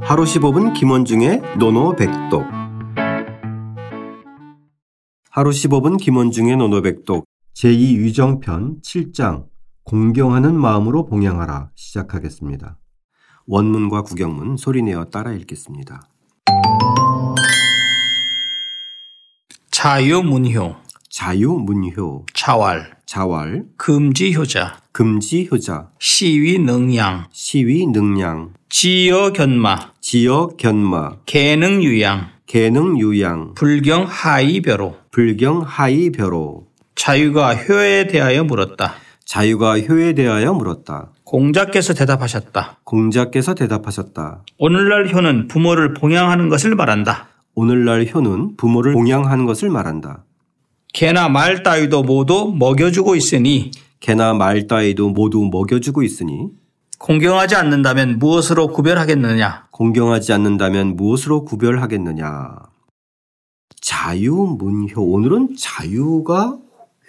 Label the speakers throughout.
Speaker 1: 하루 15분 김원중의 노노백독 하루 15분 김원중의 노노백독 제2위정편 7장 공경하는 마음으로 봉양하라 시작하겠습니다. 원문과 구경문 소리내어 따라 읽겠습니다.
Speaker 2: 자유문효,
Speaker 1: 자유문효,
Speaker 2: 자활,
Speaker 1: 자활,
Speaker 2: 금지효자,
Speaker 1: 금지효자,
Speaker 2: 시위능양,
Speaker 1: 시위능량,
Speaker 2: 지여견마,
Speaker 1: 지역견마,
Speaker 2: 개능유양,
Speaker 1: 개능유양,
Speaker 2: 불경하이벼로,
Speaker 1: 불경하이벼로,
Speaker 2: 자유가 효에 대하여 물었다.
Speaker 1: 자유가 효에 대하여 물었다.
Speaker 2: 공자께서 대답하셨다.
Speaker 1: 공자께서 대답하셨다.
Speaker 2: 오늘날 효는 부모를 봉양하는 것을 말한다.
Speaker 1: 오늘날 효는 부모를 봉양한 것을 말한다.
Speaker 2: 개나 말 따위도 모두 먹여주고 있으니
Speaker 1: 개나 말 따위도 모두 먹여주고 있으니
Speaker 2: 공경하지 않는다면 무엇으로 구별하겠느냐?
Speaker 1: 공경하지 않는다면 무엇으로 구별하겠느냐. 자유문효. 오늘은 자유가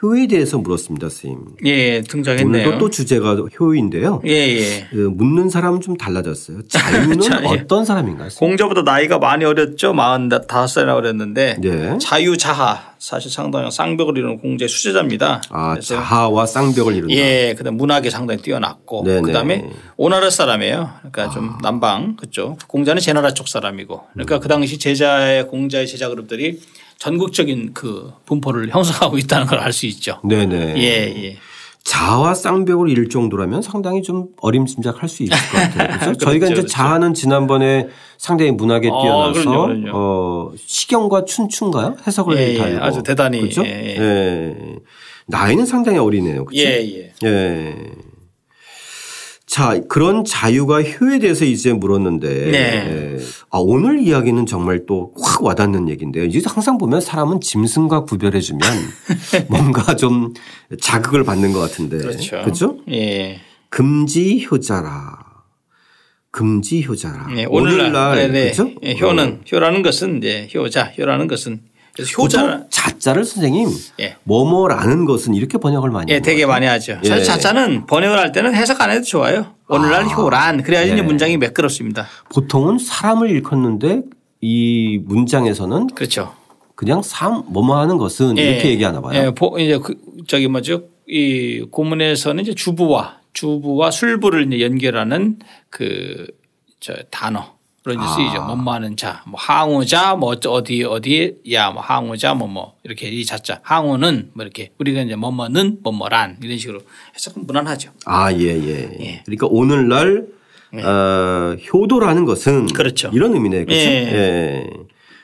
Speaker 1: 효에 대해서 물었습니다, 스님.
Speaker 2: 예,
Speaker 1: 오늘도
Speaker 2: 등장했네요.
Speaker 1: 또 주제가 효인데요.
Speaker 2: 예, 예.
Speaker 1: 그 묻는 사람은 좀 달라졌어요. 자유는
Speaker 2: 자유.
Speaker 1: 어떤 사람인가요? 스님?
Speaker 2: 공자보다 나이가 많이 어렸죠. 45살이나 어렸는데
Speaker 1: 네.
Speaker 2: 자유자하 사실 상당히 쌍벽을 이루는 공자의 수제자입니다.
Speaker 1: 아,
Speaker 2: 그래서
Speaker 1: 자아와 쌍벽을 이룬다.
Speaker 2: 예, 그다음 문학에 상당히 뛰어났고
Speaker 1: 네네. 아.
Speaker 2: 그다음에 오나라 사람이에요. 그러니까 좀 남방 그쪽 공자는 제나라 쪽 사람이고 그러니까
Speaker 1: 음.
Speaker 2: 그 당시 제자의 공자의 제자 그룹들이 전국적인 그 분포를 형성하고 있다는 걸 알 수 있죠.
Speaker 1: 네네.
Speaker 2: 예, 예.
Speaker 1: 자아 쌍벽을 잃을 정도라면 상당히 좀 어림짐작할 수 있을 것 같아요. 그렇죠? 저희가 이제
Speaker 2: 그렇죠.
Speaker 1: 자아는 지난번에 상당히 문학에
Speaker 2: 어,
Speaker 1: 뛰어나서
Speaker 2: 그럼요, 그럼요.
Speaker 1: 어, 시경과 춘춘가요? 해석을
Speaker 2: 예, 예.
Speaker 1: 달고
Speaker 2: 아주 대단히,
Speaker 1: 그렇죠?
Speaker 2: 예, 예.
Speaker 1: 예. 나이는 상당히 어리네요. 그렇죠?
Speaker 2: 예, 예.
Speaker 1: 예. 자, 그런 자유가 효에 대해서 이제 물었는데,
Speaker 2: 네.
Speaker 1: 예. 아, 오늘 이야기는 정말 또 확 와닿는 얘기인데요. 이제 항상 보면 사람은 짐승과 구별해주면 뭔가 좀 자극을 받는 것 같은데.
Speaker 2: 그렇죠.
Speaker 1: 그렇죠?
Speaker 2: 예.
Speaker 1: 금지 효자라. 금지 효자라.
Speaker 2: 예, 오늘날, 네, 네.
Speaker 1: 그렇죠?
Speaker 2: 예, 효는 효라는 것은 이제 효자, 효라는 것은 그래서 효자
Speaker 1: 보통 어. 자자를 선생님
Speaker 2: 예.
Speaker 1: 뭐뭐라는 것은 이렇게 번역을 많이
Speaker 2: 예,
Speaker 1: 하는
Speaker 2: 되게
Speaker 1: 것 같아요.
Speaker 2: 많이 하죠.
Speaker 1: 예.
Speaker 2: 사실 자자는 번역을 할 때는 해석 안 해도 좋아요. 오늘날
Speaker 1: 아,
Speaker 2: 효란 그래야지
Speaker 1: 예.
Speaker 2: 이제 문장이 매끄럽습니다.
Speaker 1: 보통은 사람을 일컫는데 이 문장에서는
Speaker 2: 그렇죠.
Speaker 1: 그냥 삶 뭐뭐 하는 것은
Speaker 2: 예.
Speaker 1: 이렇게 얘기하나 봐요.
Speaker 2: 예, 보- 이제 그 저기 뭐죠? 이 고문에서는 이제 주부와 주부와 술부를 이제 연결하는 그 저 단어. 그런 이제
Speaker 1: 아.
Speaker 2: 쓰이죠. 뭐뭐하는 자, 뭐 항우자, 뭐 어쩌- 어디 어디야, 뭐 항우자, 뭐 뭐 이렇게 이 자자, 항우는 뭐 이렇게 우리가 이제 뭐뭐는 뭐뭐란 이런 식으로 해석하면 무난하죠.
Speaker 1: 아, 예, 예. 그러니까 오늘날 어, 효도라는 것은
Speaker 2: 예. 그렇죠.
Speaker 1: 이런 의미네요. 그렇죠? 예.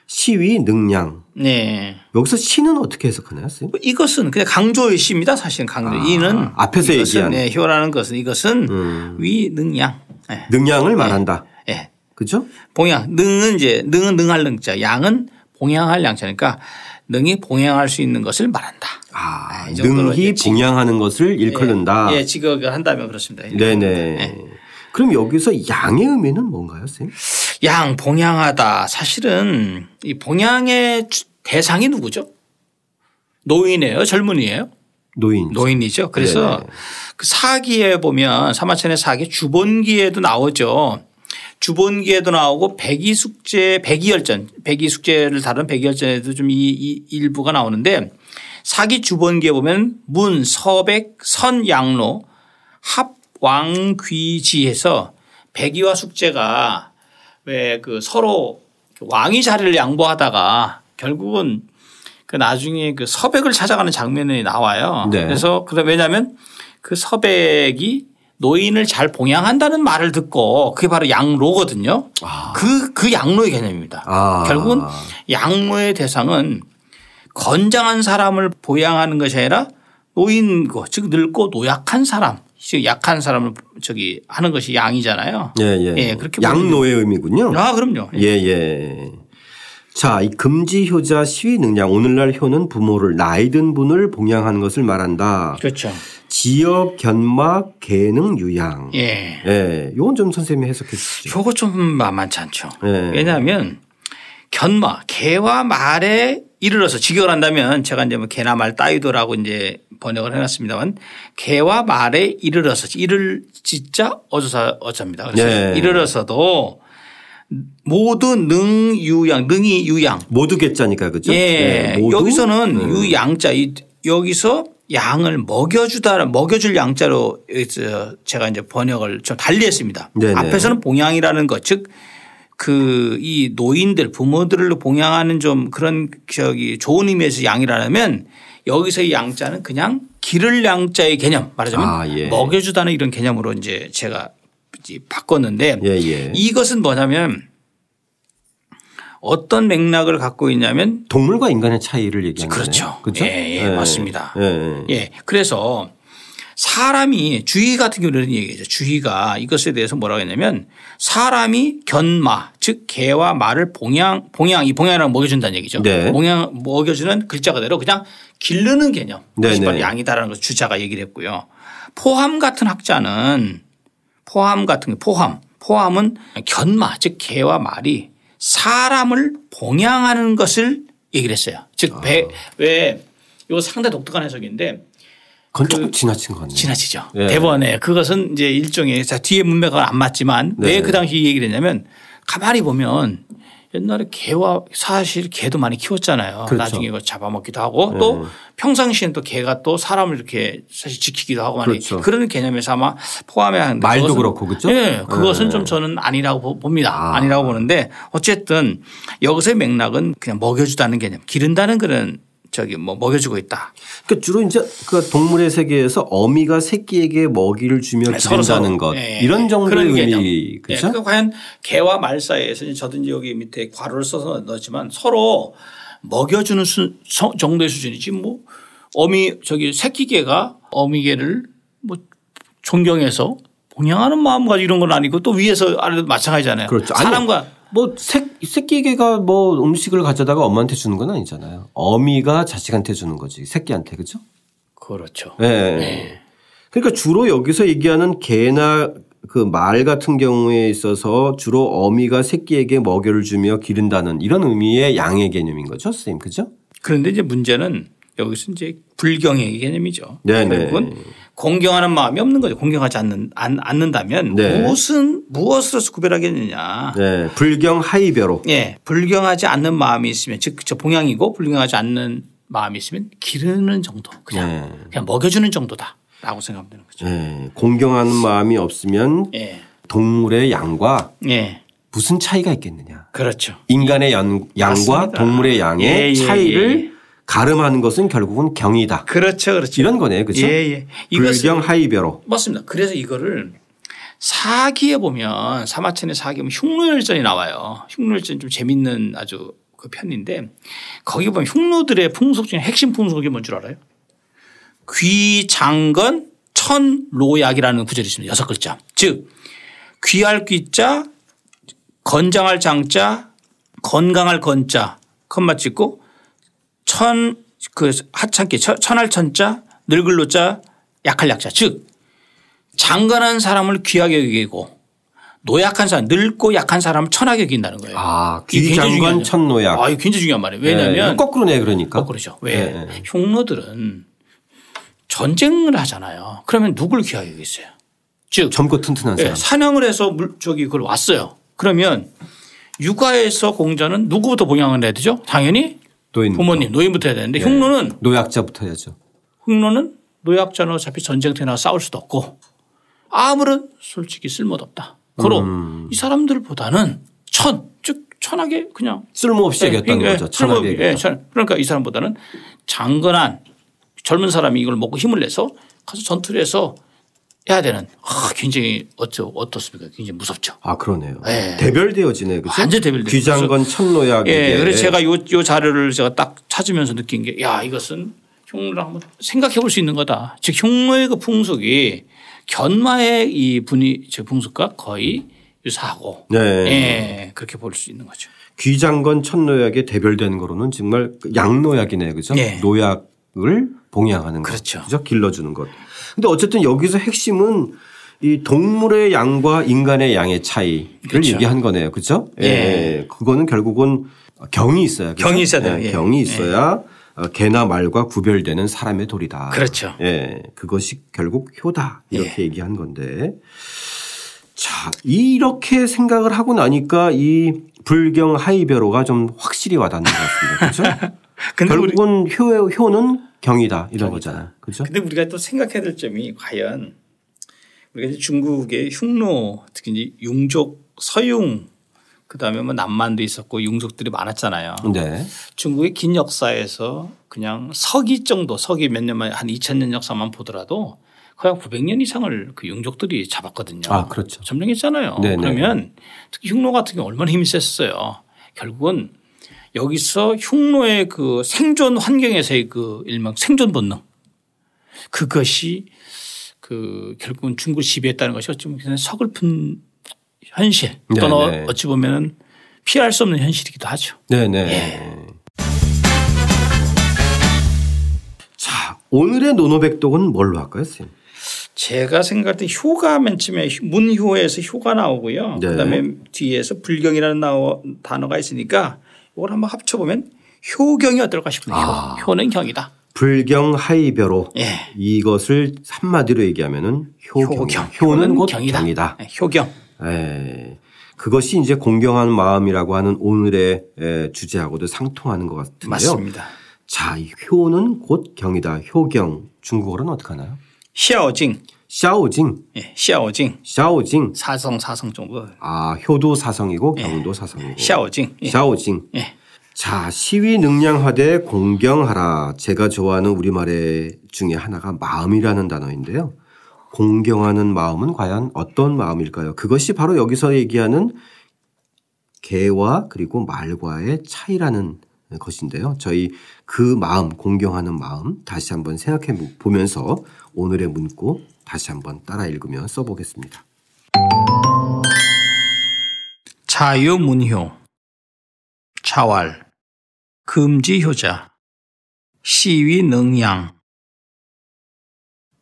Speaker 1: 시위 능량.
Speaker 2: 네,
Speaker 1: 여기서 시는 어떻게 해석하나요, 선생님?
Speaker 2: 뭐 이것은 그냥 강조의 시입니다. 사실은 강조. 이는
Speaker 1: 아, 앞에서
Speaker 2: 이것은,
Speaker 1: 얘기한. 음.
Speaker 2: 네, 효라는 것은 이것은 위능양. 예.
Speaker 1: 능량을 말한다.
Speaker 2: 예.
Speaker 1: 그죠?
Speaker 2: 봉양. 능은 이제 능은 능할 능자, 양은 봉양할 양자니까 그러니까 능이 봉양할 수 있는 것을 말한다.
Speaker 1: 아,
Speaker 2: 이 정도로
Speaker 1: 능히
Speaker 2: 이제 지-
Speaker 1: 봉양하는 것을 일컫는다.
Speaker 2: 예, 직역을 한다면 그렇습니다.
Speaker 1: 아. 네네. 그럼 여기서 양의 의미는 뭔가요, 선생님?
Speaker 2: 양 봉양하다. 사실은 이 봉양의 주- 대상이 누구죠? 노인이에요, 젊은이에요?
Speaker 1: 노인.
Speaker 2: 노인이죠. 그래서 그 사기에 보면 사마천의 사기 주본기에도 나오죠. 주본기에도 나오고 백이숙제 백이열전 백이숙제를 다룬 백이열전에도 좀 이 일부가 나오는데 사기 주본기에 보면 문 서백 선양로 합왕귀지에서 백이와 숙제가 왜 그 서로 왕이 자리를 양보하다가 결국은 그 나중에 그 서백을 찾아가는 장면이 나와요.
Speaker 1: 네.
Speaker 2: 그래서 그다 왜냐하면 그 서백이 노인을 잘 봉양한다는 말을 듣고 그게 바로 양로거든요. 그, 그 양로의 개념입니다.
Speaker 1: 아.
Speaker 2: 결국은 양로의 대상은 건장한 사람을 보양하는 것이 아니라 노인고 즉 늙고 노약한 사람 즉 약한 사람을 저기 하는 것이 양이잖아요.
Speaker 1: 예, 예.
Speaker 2: 예, 그렇게
Speaker 1: 양노의 의미군요.
Speaker 2: 아 그럼요.
Speaker 1: 예, 예. 자, 이 금지 효자 시위 능량 오늘날 효는 부모를 나이든 분을 봉양하는 것을 말한다.
Speaker 2: 그렇죠.
Speaker 1: 지역 견마 개능 유양. 예.
Speaker 2: 예.
Speaker 1: 요건 좀 선생님이 해석해 주시죠.
Speaker 2: 요거 좀 만만치 않죠.
Speaker 1: 예.
Speaker 2: 왜냐하면 견마 개와 말에 이르러서 직역을 한다면 제가 이제 뭐 개나 말 따위도라고 이제 번역을 해놨습니다만 개와 말에 이르러서 이를 짓자 어조사 어조입니다 그래서
Speaker 1: 예.
Speaker 2: 이르러서도 모두 능유양, 능이 유양.
Speaker 1: 모두 개짜니까 그죠?
Speaker 2: 예.
Speaker 1: 네, 모두.
Speaker 2: 여기서는
Speaker 1: 음.
Speaker 2: 유양자 이 여기서 양을 먹여주다 먹여줄 양자로 이제 제가 이제 번역을 좀 달리했습니다.
Speaker 1: 네네.
Speaker 2: 앞에서는 봉양이라는 것 즉 그 이 노인들 부모들을 봉양하는 좀 그런 저기 좋은 의미에서 양이라면 여기서 이 양자는 그냥 기를 양자의 개념 말하자면
Speaker 1: 아, 예.
Speaker 2: 먹여주다는 이런 개념으로 이제 제가 이제 바꿨는데
Speaker 1: 예, 예.
Speaker 2: 이것은 뭐냐면 어떤 맥락을 갖고 있냐면
Speaker 1: 동물과 인간의 차이를 얘기하는 거예요.
Speaker 2: 그렇죠.
Speaker 1: 그렇죠?
Speaker 2: 예, 예, 맞습니다.
Speaker 1: 예, 예.
Speaker 2: 예. 그래서 사람이 주의 같은 경우는 얘기죠. 주의가 이것에 대해서 뭐라고 했냐면 사람이 견마 즉 개와 말을 봉양 봉양 이 봉양이라고 먹여준다는 얘기죠.
Speaker 1: 네.
Speaker 2: 봉양 먹여주는 글자 그대로 그냥 기르는 개념.
Speaker 1: 네,
Speaker 2: 그것이 바로
Speaker 1: 네.
Speaker 2: 양이다라는 것을 주자가 얘기를 했고요. 포함 같은 학자는 포함 같은 게 포함 포함은 견마 즉 개와 말이 사람을 봉양하는 것을 얘기를 했어요.
Speaker 1: 아.
Speaker 2: 즉왜요 상당히 독특한 해석인데
Speaker 1: 그건 조금 지나친 것 같네요.
Speaker 2: 지나치죠.
Speaker 1: 예.
Speaker 2: 대본에 그것은 이제 일종의 자 뒤에 문맥은 안 맞지만 왜
Speaker 1: 네.
Speaker 2: 그 당시 이 얘기를 했냐면 가만히 보면 옛날에 개와 사실 개도 많이 키웠잖아요.
Speaker 1: 그렇죠. 네.
Speaker 2: 나중에 이거 잡아먹기도 하고 또 평상시엔 또 개가 또 사람을 이렇게 사실 지키기도 하고 많이
Speaker 1: 그렇죠.
Speaker 2: 그런 개념에서 아마 포함해야 하는데
Speaker 1: 말도
Speaker 2: 그것은
Speaker 1: 그렇고 그렇죠?
Speaker 2: 예, 그것은
Speaker 1: 예.
Speaker 2: 좀 저는 아니라고 보- 봅니다.
Speaker 1: 아.
Speaker 2: 아니라고 보는데 어쨌든 여기서의 맥락은 그냥 먹여주다는 개념, 기른다는 그런 저기 뭐 먹여주고 있다.
Speaker 1: 그러니까 주로 이제 그 동물의 세계에서 어미가 새끼에게 먹이를 주며
Speaker 2: 네, 서로
Speaker 1: 기른다는
Speaker 2: 서로.
Speaker 1: 것
Speaker 2: 예, 예.
Speaker 1: 이런 정도의
Speaker 2: 그런 개념.
Speaker 1: 의미
Speaker 2: 예,
Speaker 1: 그렇죠?
Speaker 2: 그 과연 개와 말 사이에서 저든지 여기 밑에 괄호를 써서 넣었지만 서로 먹여주는 수, 서- 정도의 수준이지 뭐 어미 저기 새끼 개가 어미 개를 뭐 존경해서 봉양하는 마음 가지고 이런 건 아니고 또 위에서 아래도 마찬가지잖아요.
Speaker 1: 그렇죠. 아니,
Speaker 2: 사람과
Speaker 1: 뭐 새, 새끼개가 뭐 음식을 가져다가 엄마한테 주는 건 아니잖아요. 어미가 자식한테 주는 거지 새끼한테 그렇죠?
Speaker 2: 그렇죠.
Speaker 1: 예. 그러니까 주로 여기서 얘기하는 개나 그 말 같은 경우에 있어서 주로 어미가 새끼에게 먹이를 주며 기른다는 이런 의미의 양의 개념인 거죠, 선생님. 그죠?
Speaker 2: 그런데 이제 문제는 여기서 이제 불경의 개념이죠.
Speaker 1: 네네.
Speaker 2: 결국은 공경하는 마음이 없는 거죠. 공경하지 않는, 안, 않는다면
Speaker 1: 네.
Speaker 2: 무슨 무엇으로서 구별하겠느냐.
Speaker 1: 네. 불경 하이벼로.
Speaker 2: 예, 불경하지 않는 마음이 있으면 즉 저 봉양이고 불경하지 않는 마음이 있으면 기르는 정도 그냥
Speaker 1: 네.
Speaker 2: 그냥 먹여주는 정도다라고 생각하면 되는 거죠.
Speaker 1: 예. 공경하는 마음이 없으면
Speaker 2: 예,
Speaker 1: 동물의 양과
Speaker 2: 예,
Speaker 1: 무슨 차이가 있겠느냐.
Speaker 2: 그렇죠.
Speaker 1: 인간의 양, 양과
Speaker 2: 맞습니다.
Speaker 1: 동물의 양의
Speaker 2: 예, 예,
Speaker 1: 차이를
Speaker 2: 예.
Speaker 1: 가름하는 것은 결국은 경이다.
Speaker 2: 그렇죠, 그렇죠.
Speaker 1: 이런 거네요. 그렇죠?
Speaker 2: 예, 예. 이것은
Speaker 1: 불경 하이벼로.
Speaker 2: 맞습니다. 그래서 이거를 사기에 보면 사마천의 사기 보면 흉노열전이 나와요. 흉노열전 좀 재밌는 아주 그 편인데 거기 보면 흉노들의 풍속 중에 핵심 풍속이 뭔 줄 알아요? 귀장건 천로약이라는 구절이 있습니다. 여섯 글자. 즉 귀할 귀자 건장할 장자 건강할 건자 컴마 찍고 천 그 하찮게 천- 천할 천자 늙을 노자 약할 약자 즉 장관한 사람을 귀하게 여기고 노약한 사람 늙고 약한 사람을 천하게 여긴다는 거예요.
Speaker 1: 아,
Speaker 2: 이게 굉장히
Speaker 1: 귀장관
Speaker 2: 중요하죠.
Speaker 1: 천노약.
Speaker 2: 아, 이거 굉장히 중요한 말이에요.
Speaker 1: 예,
Speaker 2: 왜냐하면
Speaker 1: 이거 거꾸로네 그러니까.
Speaker 2: 거꾸로죠. 어, 왜
Speaker 1: 예, 예.
Speaker 2: 흉노들은 전쟁을 하잖아요. 그러면 누굴 귀하게 여기겠어요? 즉
Speaker 1: 젊고 튼튼한
Speaker 2: 예,
Speaker 1: 사람.
Speaker 2: 사냥을 해서 물 저기 그걸 왔어요. 그러면 육아에서 공자는 누구부터 봉양을 해야 되죠? 당연히
Speaker 1: 노인
Speaker 2: 부모님 노인부터 해야 되는데 흉노는
Speaker 1: 노약자부터 해야죠.
Speaker 2: 흑로는 노약자는 어차피 전쟁터에 나 싸울 수도 없고 아무런 솔직히 쓸모도 없다. 고로 이 사람들보다는 천, 즉 천하게 그냥
Speaker 1: 쓸모없이 얘기했던
Speaker 2: 예, 예,
Speaker 1: 거죠.
Speaker 2: 쓸모-
Speaker 1: 천하게
Speaker 2: 예,
Speaker 1: 얘기했죠.
Speaker 2: 천- 그러니까 이 사람보다는 장건한 젊은 사람이 이걸 먹고 힘을 내서 가서 전투를 해서 해야 되는 아, 굉장히 어쩌, 어떻습니까? 굉장히 무섭죠.
Speaker 1: 아 그러네요.
Speaker 2: 예.
Speaker 1: 대별되어지네 그죠?
Speaker 2: 완전 대별되어요.
Speaker 1: 귀장건 천노약에
Speaker 2: 예, 그래서 제가 요, 요 자료를 제가 딱 찾으면서 느낀 게, 야, 이것은 흉노를 한번 생각해 볼 수 있는 거다. 즉, 흉노의 그 풍속이 견마의 이 분이, 제 풍속과 거의 유사하고,
Speaker 1: 네.
Speaker 2: 예, 그렇게 볼 수 있는 거죠.
Speaker 1: 귀장건 천노약에 대별되는 거로는 정말 그 양노약이네요. 그죠?
Speaker 2: 예.
Speaker 1: 노약을 봉양하는 것.
Speaker 2: 그렇죠.
Speaker 1: 그죠? 길러주는 것. 근데 어쨌든 여기서 핵심은 이 동물의 양과 인간의 양의 차이를
Speaker 2: 그렇죠.
Speaker 1: 얘기한 거네요. 그죠?
Speaker 2: 예.
Speaker 1: 그거는 결국은 경이 있어야. 그죠?
Speaker 2: 경이 있어야 돼요.
Speaker 1: 예,
Speaker 2: 예.
Speaker 1: 경이 있어야 어, 개나 말과 구별되는 사람의 도리다.
Speaker 2: 그렇죠.
Speaker 1: 예. 그것이 결국 효다. 이렇게 얘기한 건데 자, 이렇게 생각을 하고 나니까 이 불경 하이베로가 좀 확실히 와닿는 것 같습니다. 그렇죠?
Speaker 2: 근데 우리
Speaker 1: 결국은 효, 효는 경이다 이런 거잖아요. 그렇죠?
Speaker 2: 근데 우리가 또 생각해야 될 점이 과연 우리가 이제 중국의 흉노 특히 이제 융족 서융 그다음에 뭐 남만도 있었고 융족들이 많았잖아요.
Speaker 1: 네.
Speaker 2: 중국의 긴 역사에서 그냥 서기 정도 서기 몇 년만 한 2000년 역사만 보더라도 거의 한 900년 이상을 그 융족들이 잡았거든요.
Speaker 1: 아, 그렇죠.
Speaker 2: 점령했잖아요.
Speaker 1: 네네.
Speaker 2: 그러면 특히 흉노 같은 경우 얼마나 힘이 셌어요. 결국은 여기서 흉노의 그 생존 환경에서의 그 일명 생존 본능 그것이 그 결국은 중국을 지배했다는 것이 어찌 보면 굉장히 서글픈 현실 또는
Speaker 1: 네네.
Speaker 2: 어찌 보면은 피할 수 없는 현실이기도 하죠.
Speaker 1: 네네. 예. 자, 오늘의 노노백독은 뭘로 할까요, 쌤?
Speaker 2: 제가 생각할 때 효가 맨 처음에 문효에서 효가 나오고요.
Speaker 1: 네.
Speaker 2: 그다음에 뒤에서 불경이라는 나오- 단어가 있으니까 이걸 한번 합쳐보면 효경이 어떨까 싶네요.
Speaker 1: 아.
Speaker 2: 효는 경이다.
Speaker 1: 불경 하이벼로
Speaker 2: 예.
Speaker 1: 이것을 한마디로 얘기하면은 효경. 효는 곧 경이다.
Speaker 2: 네, 효경.
Speaker 1: 예. 그것이 이제 공경한 마음이라고 하는 오늘의 예, 주제하고도 상통하는 것 같은데요.
Speaker 2: 맞습니다.
Speaker 1: 자, 이 효는 곧 경이다. 효경. 중국어로는 어떻게 하나요?
Speaker 2: 샤오징.
Speaker 1: 샤오징,
Speaker 2: 예, 샤오징.
Speaker 1: 샤오징.
Speaker 2: 사성 사성 정도.
Speaker 1: 아, 효도 사성이고 경도 사성이고.
Speaker 2: 샤오징. 예.
Speaker 1: 샤오징.
Speaker 2: 예.
Speaker 1: 자, 시위 능량화대 공경하라. 제가 좋아하는 우리말의 중에 하나가 마음이라는 단어인데요. 공경하는 마음은 과연 어떤 마음일까요? 그것이 바로 여기서 얘기하는 개와 그리고 말과의 차이라는 것인데요. 저희 그 마음, 공경하는 마음 다시 한번 생각해 보면서 오늘의 문구 다시 한번 따라 읽으며 써보겠습니다.
Speaker 2: 자유문효, 자활, 금지효자, 시위능양,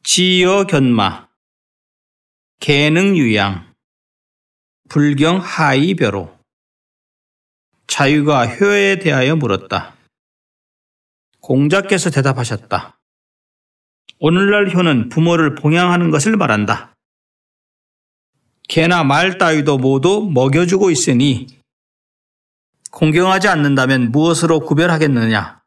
Speaker 2: 지여견마, 개능유양, 불경하이벼로, 자유가 효에 대하여 물었다. 공자께서 대답하셨다. 오늘날 효는 부모를 봉양하는 것을 말한다. 개나 말 따위도 모두 먹여주고 있으니 공경하지 않는다면 무엇으로 구별하겠느냐?